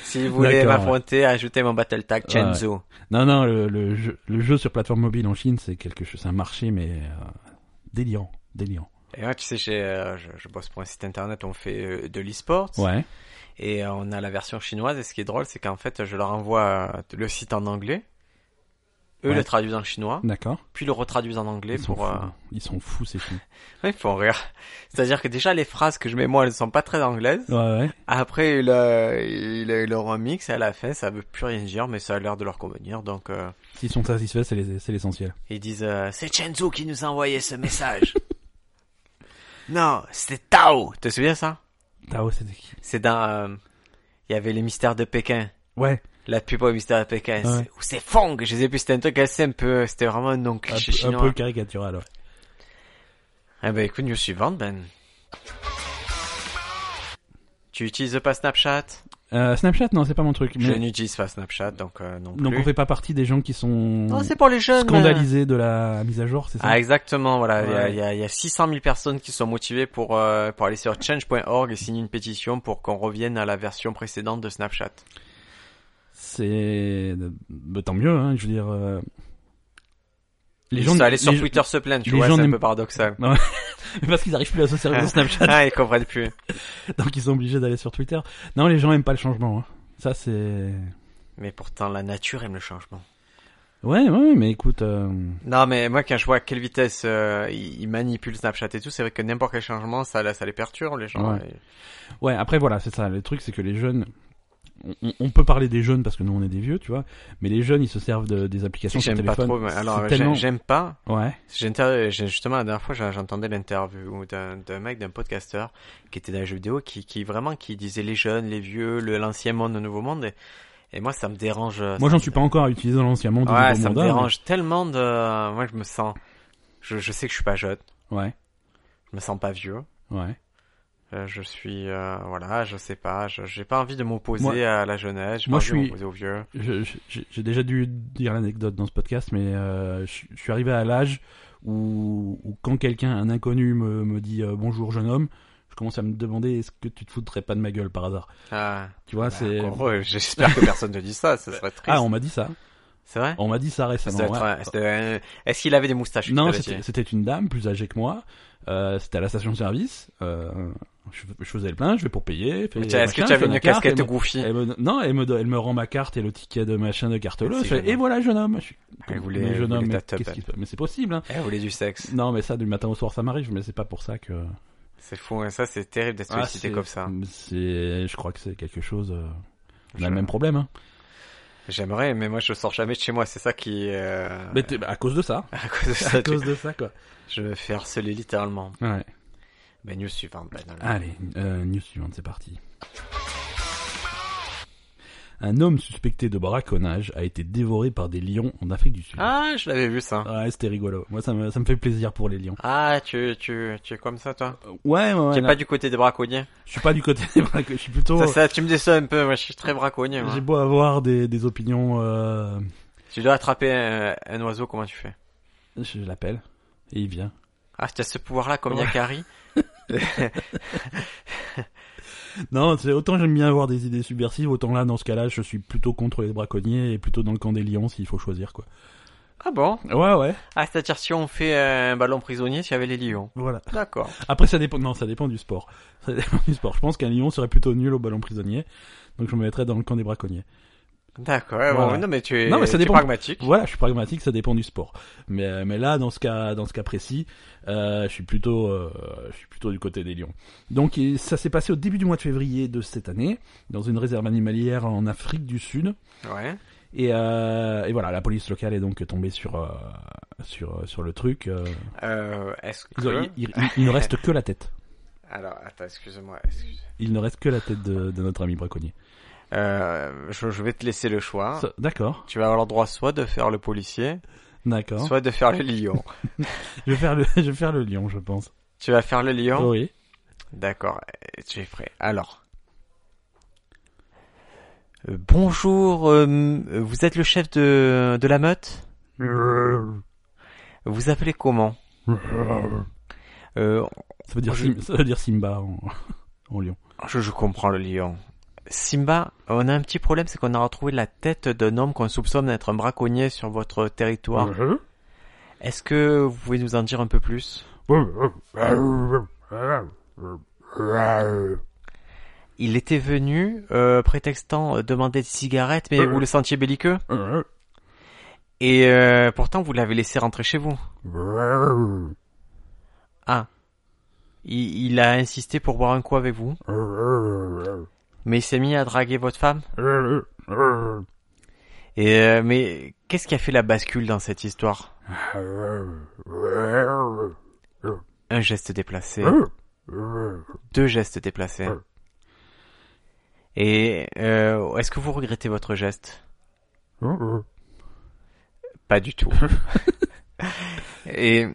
si vous voulez D'accord, m'affronter, ajoutez mon battle tag Ouais. Chengzu. Non, non, le, le, jeu, le jeu sur plateforme mobile en Chine, c'est quelque chose, c'est un marché, mais euh, délirant, délirant. Et moi, tu sais, j'ai, euh, je, je bosse pour un site internet, on fait euh, de l'e-sport. Ouais. Et euh, on a la version chinoise. Et ce qui est drôle, c'est qu'en fait, je leur envoie euh, le site en anglais. Eux Ouais. le traduisent en chinois, D'accord. puis le retraduisent en anglais Ils sont pour... euh, fous. Ils sont fous, ces filles. Ils font rire. C'est-à-dire que déjà, les phrases que je mets moi, elles sont pas très anglaises. Ouais, ouais. Après, il, euh, il, il le remix à la fin, ça veut plus rien dire, mais ça a l'air de leur convenir. Donc, euh, S'ils sont satisfaits, c'est les- c'est l'essentiel. ils disent euh, C'est Chenzo qui nous a envoyé ce message. non, c'est Tao. Te souviens ça Tao, c'était qui C'est dans. euh, Il y avait les mystères de Pékin. Ouais. La pub au mystère de Pékin. Ah Ouais. C'est- Ou c'est Fong. Je sais plus, c'était un truc assez un peu. C'était vraiment un nom Un, cliché peu- un chinois. peu caricatural, ouais. Eh ben, écoute, news suivante, Ben. Tu utilises pas Snapchat Euh, Snapchat, non, c'est pas mon truc. Je Mais... n'utilise pas Snapchat, donc euh, non plus. Donc on fait pas partie des gens qui sont Non, c'est pour les jeunes. hein. scandalisés de la mise à jour, c'est ça Ah exactement, voilà, il y a- Ouais. il y, a, il y a 600 000 personnes qui sont motivées pour, euh, pour aller sur change.org et signer une pétition pour qu'on revienne à la version précédente de Snapchat. C'est bah, tant mieux, hein, je veux dire. euh, Les gens ça allait sur les- Twitter se plaindre, tu les vois, gens c'est un n'aiment- peu paradoxal. parce qu'ils arrivent plus à se servir de Snapchat, Ah, ils comprennent plus. donc ils sont obligés d'aller sur Twitter. Non, les gens aiment pas le changement. hein. Ça c'est. Mais pourtant, la nature aime le changement. Ouais, ouais, mais écoute, euh, Non, mais moi, quand je vois à quelle vitesse euh, ils, ils manipulent Snapchat et tout, c'est vrai que n'importe quel changement, ça, là, ça les perturbe, les gens. Ouais. ouais. Après voilà, c'est ça. Le truc c'est que les jeunes. on- On, on peut parler des jeunes parce que nous on est des vieux, tu vois. Mais les jeunes ils se servent de- des Et- applications sur J'aime pas téléphone. trop, mais alors, C'est euh, tellement- j'aime- j'aime pas, Ouais. J'inter- j'ai- Justement, la dernière fois, j'en- j'entendais l'interview d'un d'un mec, d'un podcasteur qui était dans les jeux vidéo, qui, qui vraiment qui disait les jeunes, les vieux, le- l'ancien monde, le nouveau monde. Et, et moi, ça me dérange. euh, Moi ça j'en me- suis pas encore à utiliser dans l'ancien monde. ou Ouais, dans ça mon me monde, hein, dérange tellement de. Moi, je me sens. Je, je sais que je suis pas jeune. mais- Ouais, Je me sens pas vieux. ouais. Euh, Je suis, euh, voilà, je sais pas, je- j'ai pas envie de m'opposer Moi- à la jeunesse, j'ai pas moi, envie je de suis- m'opposer aux vieux. Je- je- J'ai j'ai déjà dû dire l'anecdote dans ce podcast, mais euh, je, je suis arrivé à l'âge où, où quand quelqu'un, un inconnu, me, me dit euh, bonjour jeune homme, je commence à me demander est-ce que tu te foutrais pas de ma gueule par hasard. Ah, Tu vois, bah, c'est heureux, j'espère que personne ne dit ça, ce serait triste. ah on m'a dit ça, C'est vrai? on m'a dit ça Ça récemment. doit être ouais. un- c'était un- Est-ce qu'il avait des moustaches? Non, qui t'avait c'était dit c'était une dame plus âgée que moi. Euh, c'était à la station-service. Euh, je, je faisais le plein, je vais pour payer. fais- Mais tiens, Est-ce machin, que tu je avais donne une la carte, casquette elle me- Goofy elle me- non, elle me, do- elle me rend ma carte et le ticket de machin de carte bleue. C'est Je fais, génial. Et voilà, jeune homme. Je suis Elle comme- voulait- mais elle jeune voulait homme, ta mais teub, qu'est-ce qui se passe Mais c'est possible. hein. Elle voulait du sexe. Non, mais ça, du matin au soir, ça m'arrive. Mais c'est pas pour ça que C'est fou, hein, ça c'est terrible d'être Ah, sollicité c'est- comme ça. C'est, je crois que c'est quelque chose. euh, On a Je- le même problème. Hein. J'aimerais, mais moi je sors jamais de chez moi, c'est ça qui... euh, Mais t'es- bah, à cause de ça. à cause de ça, À tu- cause de ça, quoi. je me fais harceler littéralement. Ouais. Ben, news suivante, ben, non, non. Allez, euh, news suivante, c'est parti. Un homme suspecté de braconnage a été dévoré par des lions en Afrique du Sud. Ah, je l'avais vu ça. Ouais, c'était rigolo. Moi, ça me, ça me fait plaisir pour les lions. Ah, tu, tu, tu es comme ça, toi Euh, Ouais, ouais, Tu ouais. es là, pas du côté des braconniers Je suis pas du côté des braconniers. Je suis plutôt. ça, ça, tu me déçois un peu, moi je suis très braconnier. moi. J'ai beau avoir des, des opinions. Euh... Tu dois attraper un, un oiseau, comment tu fais Je l'appelle. Et il vient. Ah, tu as ce pouvoir-là comme Ouais. Yakari Non, c'est autant j'aime bien avoir des idées subversives, autant là, dans ce cas-là, je suis plutôt contre les braconniers et plutôt dans le camp des lions s'il faut choisir, quoi. Ah bon Ouais, ouais. Ah, c'est-à-dire si on fait un ballon prisonnier, s'il y avait les lions. Voilà. D'accord. Après, ça dépend. Non, ça dépend du sport. Ça dépend du sport. Je pense qu'un lion serait plutôt nul au ballon prisonnier, donc je me mettrais dans le camp des braconniers. D'accord, ouais, Voilà. bon, non mais tu es, Non, mais ça tu es dépend. pragmatique. Voilà, je suis pragmatique, ça dépend du sport. Mais euh, mais là, dans ce cas, dans ce cas précis, euh, je suis plutôt euh, je suis plutôt du côté des lions. Donc et ça s'est passé au début du mois de février de cette année, dans une réserve animalière en Afrique du Sud. Ouais. Et, euh, et voilà, la police locale est donc tombée sur euh, sur sur le truc. euh. Euh, est-ce que... il, il- il- il ne reste que la tête. Alors, attends, excuse-moi. excuse- Il ne reste que la tête de, de notre ami braconnier. Euh, je, je vais te laisser le choix. Ça- D'accord, Tu vas avoir le droit soit de faire le policier, d'accord. soit de faire le lion. Je vais faire le je vais faire le lion, je pense. tu vas faire le lion Oui. D'accord, euh, tu es prêt. Alors. Euh, Bonjour, euh, euh, vous êtes le chef de, de la meute Vous appelez comment euh, Ça veut dire Je- Sim- ça veut dire Simba en, en lion. je, je comprends le lion. Simba, on a un petit problème, c'est qu'on a retrouvé la tête d'un homme qu'on soupçonne d'être un braconnier sur votre territoire. Est-ce que vous pouvez nous en dire un peu plus Il était venu, euh, prétextant euh, demander des cigarettes, mais vous le sentiez belliqueux Et euh, pourtant, vous l'avez laissé rentrer chez vous. Il, il a insisté pour boire un coup avec vous, mais il s'est mis à draguer votre femme. Et euh, mais qu'est-ce qui a fait la bascule dans cette histoire Un geste déplacé, Hein deux gestes déplacés. Et euh, est-ce que vous regrettez votre geste Pas du tout. Et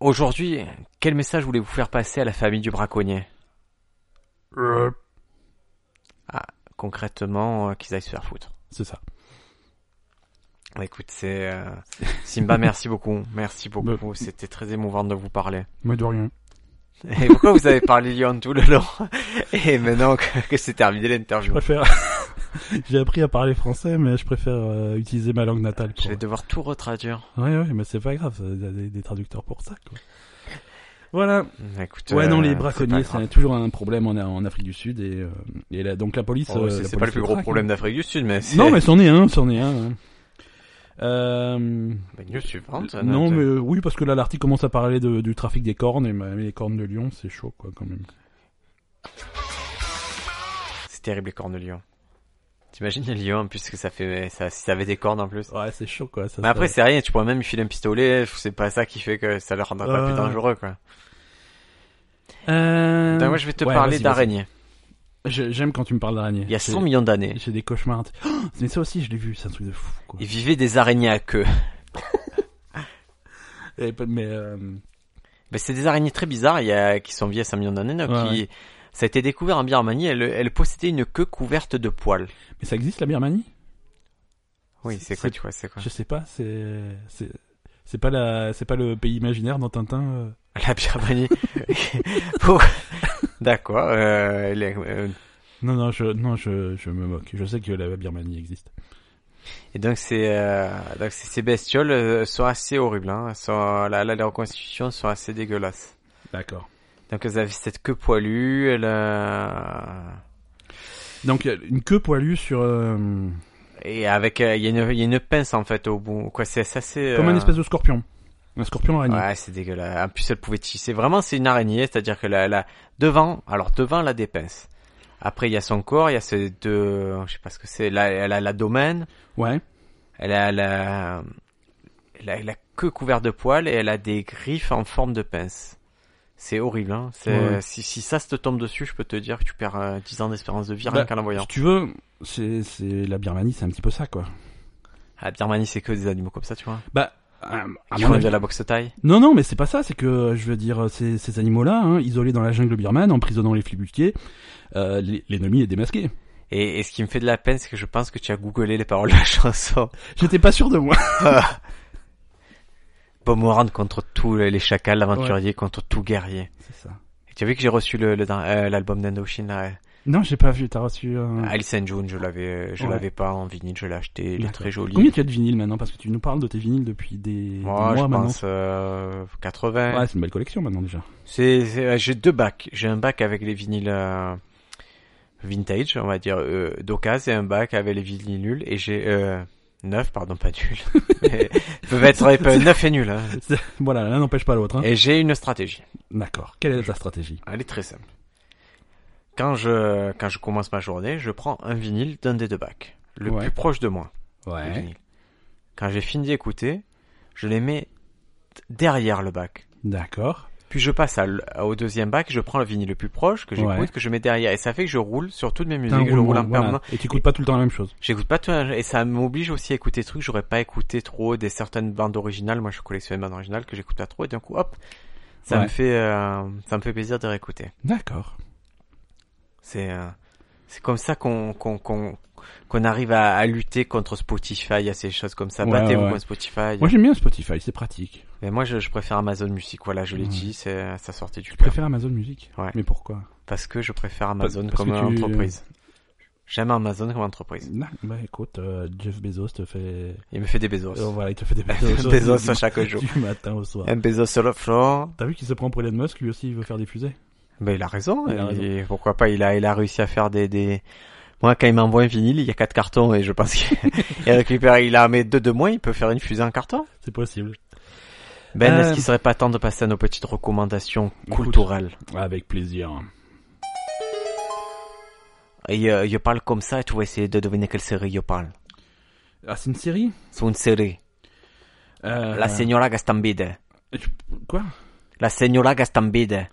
aujourd'hui, quel message voulez-vous faire passer à la famille du braconnier Concrètement, euh, qu'ils aillent se faire foutre. C'est ça. Bah, Écoute, c'est euh, Simba, merci beaucoup, merci beaucoup. C'était très émouvant de vous parler. Moi de rien. Et pourquoi vous avez parlé Lyon tout le long Et maintenant que, que c'est terminé Je l'interview, préfère. J'ai appris à parler français, mais je préfère euh, utiliser ma langue natale. Pour... je vais devoir tout retraduire. Ouais, ouais, mais c'est pas grave. ça, Il y a des, des traducteurs pour ça. Quoi. Voilà. Écoute, Ouais, euh, non, les c'est pas braconniers, grave. c'est toujours un problème en, en Afrique du Sud et, euh, et là, donc la police. Oh, euh, c'est la c'est pas police le plus les gros traque, problème d'Afrique du Sud, mais hein. c'est. Non, mais c'en est un, c'en est un. hein. Euh, Bah, news suivante. non, Nat. mais euh, oui, parce que là, l'article commence à parler de- du trafic des cornes et ma- les cornes de lion, c'est chaud, quoi, quand même. C'est terrible les cornes de lion. T'imagines les lions, en plus que ça fait, ça, si ça avait des cornes en plus. Ouais, c'est chaud, quoi. Ça, Mais après, c'est rien. Tu pourrais même lui filer un pistolet. C'est pas ça qui fait que ça le rendra pas plus Euh, dangereux, quoi. Euh, Putain, moi, je vais te ouais, parler vas-y, vas-y. d'araignées. Je- J'aime quand tu me parles d'araignée. Il y a C'est- 100 millions d'années, J'ai des cauchemars. Oh, mais ça aussi, je l'ai vu, c'est un truc de fou. Quoi. il vivait des araignées à queue. Et- mais euh, Ben, c'est des araignées très bizarres il y a, qui sont vieilles à 5 millions d'années. donc Ouais, qui- Ça a été découvert en Birmanie. Elle, elle possédait une queue couverte de poils. mais ça existe la Birmanie Oui, C'est- c'est quoi, c'est- tu vois, c'est quoi Je sais pas. C'est c'est c'est pas la c'est pas le pays imaginaire dans Tintin. euh. La Birmanie. Pour- D'accord. euh, elle est- euh, Non non je non je je me moque. Je sais que la Birmanie existe. Et donc c'est euh, donc c'est- ces bestioles euh, sont assez horribles. Hein, sont, là, là, les reconstitutions sont assez dégueulasses. D'accord. Donc elles avaient cette queue poilue. Elle, euh, Donc euh, une queue poilue sur euh, Et avec, euh, il y, a une- il y a une pince en fait au bout. Quoi, c'est c'est assez. comme euh, un espèce de scorpion. Un scorpion araignée. Ouais, c'est dégueulasse. En plus, elle pouvait tisser. Vraiment, c'est une araignée, c'est-à-dire que la, la devant, alors devant la dépense. Après, il y a son corps, il y a ces deux, je sais pas ce que c'est. Là, elle a la domaine, Ouais. elle a la, la, la queue couverte de poils et elle a des griffes en forme de pince. C'est horrible. Hein. C'est- Ouais. Si, si ça se te tombe dessus, je peux te dire que tu perds euh, 10 ans d'espérance de vie rien Bah, qu'en l'envoyant. Si tu veux, c'est c'est la Birmanie, c'est un petit peu ça quoi. À Ah, Birmanie, c'est que des animaux comme ça, tu vois. Bah à- à Qui mon font avis- de la boxe taille. Non, non, mais c'est pas ça, c'est que, euh, je veux dire, ces, ces animaux-là, hein, isolés dans la jungle birmane, emprisonnant les flibustiers, euh, l'en- l'ennemi est démasqué. Et, et ce qui me fait de la peine, c'est que je pense que tu as googlé les paroles de la chanson. J'étais pas sûr de moi. Pomerand contre tous les les chacals, l'aventurier contre tout guerrier. C'est ça. Et tu as vu que j'ai reçu le, le- euh, l'album d'Indochine là euh, Non, j'ai pas vu, t'as reçu... euh, Alice in June, je l'avais, euh, je Ouais. l'avais pas en vinyle, je l'ai acheté, il est D'accord. très joli. Combien tu as de vinyles maintenant Parce que tu nous parles de tes vinyles depuis des, Moi, des je mois maintenant. pense euh, 80. Ouais, c'est une belle collection maintenant déjà. C'est, c'est- euh, j'ai deux bacs. J'ai un bac avec les vinyles euh, vintage, on va dire euh, d'occasion, et un bac avec les vinyles nuls. Et j'ai euh, neuf, pardon, pas nuls. Mais peuvent être peut- neuf et nuls. hein. Voilà, l'un n'empêche pas l'autre. Hein. Et j'ai une stratégie. D'accord. Quelle est ta stratégie Elle est très simple. Quand je quand je commence ma journée, je prends un vinyle d'un des deux bacs, le Ouais. plus proche de moi. le Ouais. vinyle. Quand j'ai fini d'écouter, je les mets derrière le bac. D'accord. Puis je passe à l- au deuxième bac, je prends le vinyle le plus proche que j'écoute, Ouais. que je mets derrière. Et ça fait que je roule sur toutes mes T'as un musiques, je roule en roulement, voilà. permanence. Et tu écoutes pas tout le temps la même chose. J'écoute pas tout, un- et ça m'oblige aussi à écouter des trucs, que j'aurais pas écouté trop des certaines bandes originales. Moi, je collectionne des bandes originales que j'écoute pas trop, et d'un coup, hop, ça Ouais. me fait, euh, ça me fait plaisir de réécouter. D'accord. C'est, euh, c'est comme ça qu'on, qu'on, qu'on, qu'on arrive à, à lutter contre Spotify, à ces choses comme ça. Ouais, Battez-vous ouais. contre Spotify. Moi j'aime bien Spotify, c'est pratique. Mais moi, je, je préfère Amazon Music. Voilà, je l'ai Ouais. dit, c'est, ça sortait du Je cœur. préfère Amazon Music. Ouais. Mais pourquoi Parce que je préfère Amazon parce comme que tu- entreprise. J'aime Amazon comme entreprise. Non, Bah écoute, euh, Jeff Bezos te fait... Il me fait des Bezos. Euh, voilà, il te fait des Des Bezos. Bezos à chaque jour. Euh. du matin au soir. Un Bezos sur le floor. T'as vu qu'il se prend pour Elon Musk, lui aussi il veut faire des fusées. Ben, il a raison. Il a raison. Et pourquoi pas, il a, il a réussi à faire des, des... Moi, quand il m'envoie un vinyle, il y a quatre cartons et je pense qu'il il récupère, il en met deux de moins, il peut faire une fusée en carton. C'est possible. Ben, Euh, est-ce qu'il serait pas temps de passer à nos petites recommandations Écoute. culturelles Avec plaisir. Et euh, je parle comme ça et tu vas essayer de deviner quelle série je parle. Ah, c'est une série C'est une série. euh, La Signora Gastambide. Quoi La Signora Gastambide.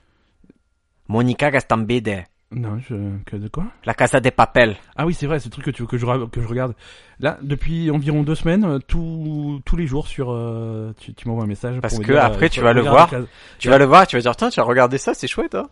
Monica Gastambide. Non, je... Que de quoi La Casa des Papel. Ah oui, c'est vrai, c'est le truc que tu veux que je, ra- que je regarde. Là, depuis environ deux semaines, euh, tout- tous les jours sur... euh, tu tu m'envoies un message Parce pour me que dire, après, euh, tu faut- vas le regarde voir. la case- Tu vas le voir, tu vas dire, tiens, tu as regardé ça, c'est chouette, hein.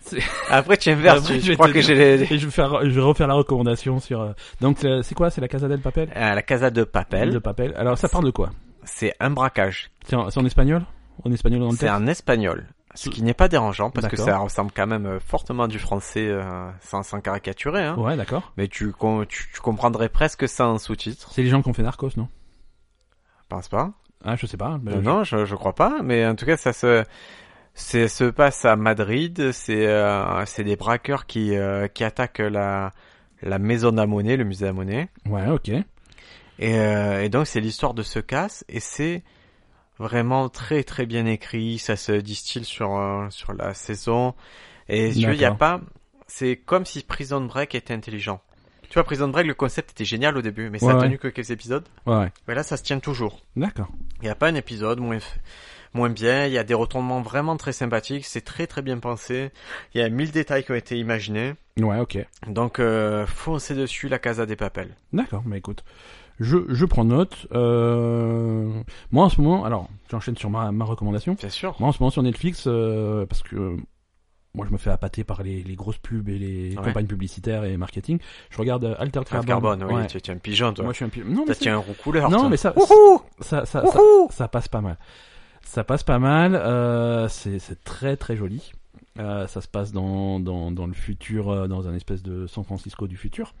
C'est- Après, tu inverses, Après, tu- je je vais crois te que dire. j'ai... Et je vais, faire, je vais refaire la recommandation sur... euh, Donc, euh, c'est quoi C'est la Casa del Papel Euh, la Casa de Papel, De Papel. Alors, ça parle de quoi c'est un braquage. C'est en, c'est en espagnol En espagnol dans le C'est texte un espagnol. Ce qui n'est pas dérangeant parce que D'accord. ça ressemble quand même euh, fortement du français euh, sans, sans caricaturer. Hein. Ouais, d'accord. Mais tu, com- tu, tu comprendrais presque ça en sous-titre, C'est les gens qui ont fait Narcos, non je pense pas. Ah, je sais pas. mais Euh, Non, je- non, je, je crois pas. Mais en tout cas, ça se, c'est, se passe à Madrid. C'est, euh, c'est des braqueurs qui, euh, qui attaquent la, la maison de la monnaie, le musée de la monnaie. Ouais, ok. Et, euh, et donc c'est l'histoire de ce casse et c'est vraiment très très bien écrit, ça se distille sur euh, sur la saison et si tu veux, il y a pas c'est comme si Prison Break était intelligent. Tu vois Prison Break le concept était génial au début mais ça Ouais, a ouais. tenu que quelques épisodes. Ouais, ouais. Mais là ça se tient toujours. D'accord. Il n'y a pas un épisode moins f- moins bien, il y a des retournements vraiment très sympathiques, c'est très très bien pensé, il y a mille détails qui ont été imaginés. Ouais, ok. Donc euh, foncez dessus la Casa des Papels. D'accord, mais écoute, je, je prends note. Euh... Moi en ce moment, alors j'enchaîne sur ma, ma recommandation. Bien sûr. Moi en ce moment sur Netflix, euh, parce que euh, moi je me fais appâter par les, les grosses pubs et les Ouais. campagnes publicitaires et marketing, je regarde euh, Altered Trave Carbon. Carbone, oui, Ouais. tu tu es un pigeon toi. Moi je suis un pi- Non, mais T'as c'est- tiens un roux couleur. Non, toi. mais ça- Wouhou ça, ça, ça, Wouhou ça passe pas mal. Ça passe pas mal, euh, c'est c'est très très joli. Euh, ça se passe dans, dans, dans le futur, euh, dans un espèce de San Francisco du futur.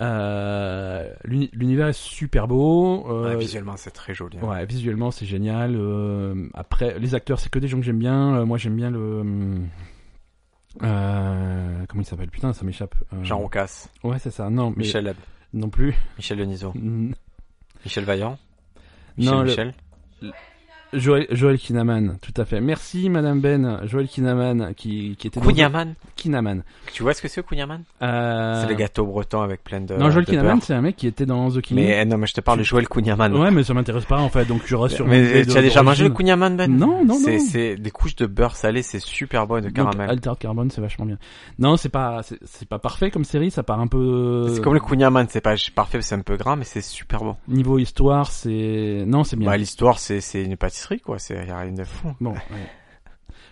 Euh, l'uni- L'univers est super beau. Ouais, euh, Visuellement, c'est très joli. hein. ouais, visuellement c'est génial. euh, après, les acteurs, c'est que des gens que j'aime bien. Euh, moi j'aime bien le... hum, euh, comment il s'appelle Putain, ça m'échappe. Euh, Jean Roucas, Ouais, c'est ça. Non, mais Michel Leb, non plus. Michel Denisot, Non, Michel Vaillant, Michel le- Michel. Joël, Joël Kinaman, tout à fait. Merci Madame Ben, Joël Kinaman qui, qui était dans- Kouniaman. Kinaman. Tu vois ce que c'est, Kouniaman Euh, C'est le gâteau breton avec plein de. Non, Joël de Kinaman, beurre. c'est un mec qui était dans The King. Mais euh, non, mais je te parle de Joël Kouniaman. Ouais, mais ça m'intéresse pas en fait, donc je reste sur. mon idée mais de- tu as déjà mangé le d'origine. Kouniaman, Ben Non, non, C'est- non. C'est des couches de beurre salé, c'est super bon de Donc, caramel. Altered Carbon, c'est vachement bien. Non, c'est pas, c'est- c'est pas parfait comme série, ça part un peu. C'est comme le Kouniaman, c'est pas parfait, c'est un peu gras, mais c'est super bon. Niveau histoire, c'est. Non, c'est bien. Bah, l'histoire, c'est, c'est une pâtisserie, quoi. C'est, y a rien de fou. Bon. ouais.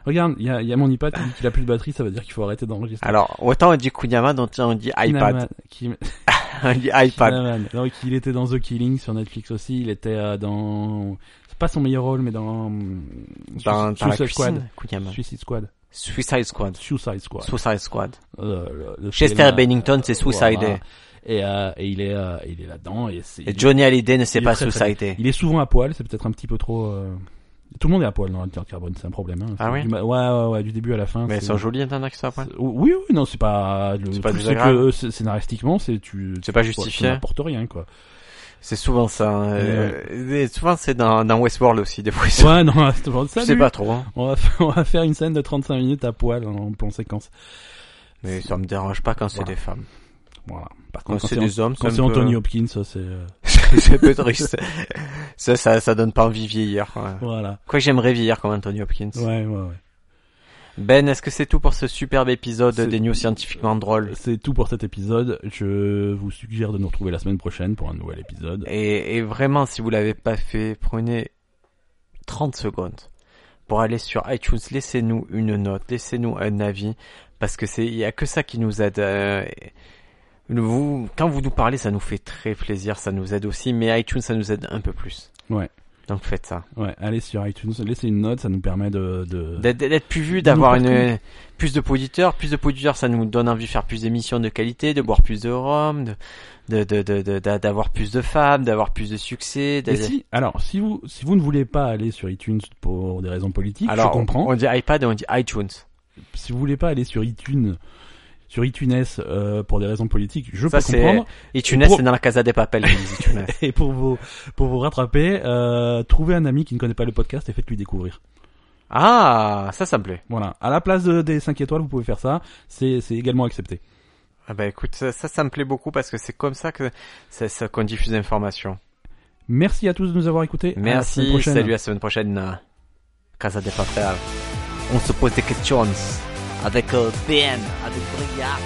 Regarde, il y a, il y a mon iPad qui dit qu'il a plus de batterie, ça veut dire qu'il faut arrêter d'enregistrer. Alors, autant on dit Kouniaman, autant on dit Ah, iPad. Kinaman, qui- on dit iPad. Kinaman. Donc, il Ah, était dans The Killing sur Netflix aussi, il était euh, dans. C'est pas son meilleur rôle, mais dans. euh, Dans, Suicide dans la Squad. cuisine, Kouniaman. Suicide Squad. Suicide Squad. Suicide Squad. Suicide Squad. Euh, le- le Chester thriller, Bennington, c'est voilà. Suicide. Et, euh, et il est, euh, il est là-dedans. Et, c'est- Et Johnny Hallyday ne sait Il est pas très, très Suicide. Il est souvent à poil, c'est peut-être un petit peu trop. euh, Tout le monde est à poil dans Altered Carbone, c'est un problème. Hein. Ah C'est oui du ma- ouais, ouais, ouais, du début à la fin. Mais ils c'est- sont jolis, t'en as qui sont après. c'est- Oui, oui, non, c'est pas. Le C'est pas truc, c'est désagréable. que euh, c'est- scénaristiquement, c'est tu. C'est pas tu- justifié. Ça n'apporte rien, quoi. C'est souvent ça. hein. Euh, et Souvent, c'est dans, dans Westworld aussi, des fois. ils sont- Ouais, non, c'est toujours Je ça. sais pas trop, hein. On va, faire, on va faire une scène de 35 minutes à poil hein, en plan séquence. Mais ça me dérange pas quand c'est Voilà. des femmes. Voilà. Par Quand contre, quand c'est c'est, des hommes, quand c'est c'est un peu- Anthony Hopkins, ça, c'est. euh, c'est un peu triste. ça, ça, ça donne pas envie de vieillir. ouais. Voilà. Quoi que j'aimerais vieillir comme Anthony Hopkins. Ouais, ouais, ouais. Ben, est-ce que c'est tout pour ce superbe épisode C'est- des news scientifiquement drôles C'est tout pour cet épisode. Je vous suggère de nous retrouver la semaine prochaine pour un nouvel épisode. et, et vraiment, si vous l'avez pas fait, prenez 30 secondes pour aller sur iTunes, laissez-nous une note, laissez-nous un avis, parce que c'est, il y a que ça qui nous aide. euh, et vous, quand vous nous parlez, ça nous fait très plaisir, ça nous aide aussi, mais iTunes, ça nous aide un peu plus. Ouais. Donc faites ça. Ouais, allez sur iTunes, laissez une note, ça nous permet de- de, D'être- D'être plus vu, Euh, Nous d'avoir nous une plus de producteurs, plus de producteurs, ça nous donne envie de faire plus d'émissions de qualité, de boire plus de rhum, de de- de- de- de- d'a- d'avoir plus de femmes, d'avoir plus de succès. d'a- Et si, alors, si vous, si vous ne voulez pas aller sur iTunes pour des raisons politiques, Alors, je comprends. On dit iPad et on dit iTunes. Si vous voulez pas aller sur iTunes, sur iTunes euh, pour des raisons politiques, je Ça, peux c'est- comprendre. iTunes, Pour- c'est dans la Casa des Papels. ils disent iTunes. Et pour vous, pour vous rattraper, euh, trouvez un ami qui ne connaît pas le podcast et faites-lui découvrir. ah, ça, ça me plaît. Voilà. À la place de- des 5 étoiles, vous pouvez faire ça. C'est, c'est également accepté. Ah bah écoute, ça, ça, ça me plaît beaucoup parce que c'est comme ça que ça, ça qu'on diffuse l'information. Merci à tous de nous avoir écoutés. À la semaine Merci, prochaine. salut, à la semaine prochaine. Casa des Papels. On se pose des questions avec euh, Ben, avec Brillard.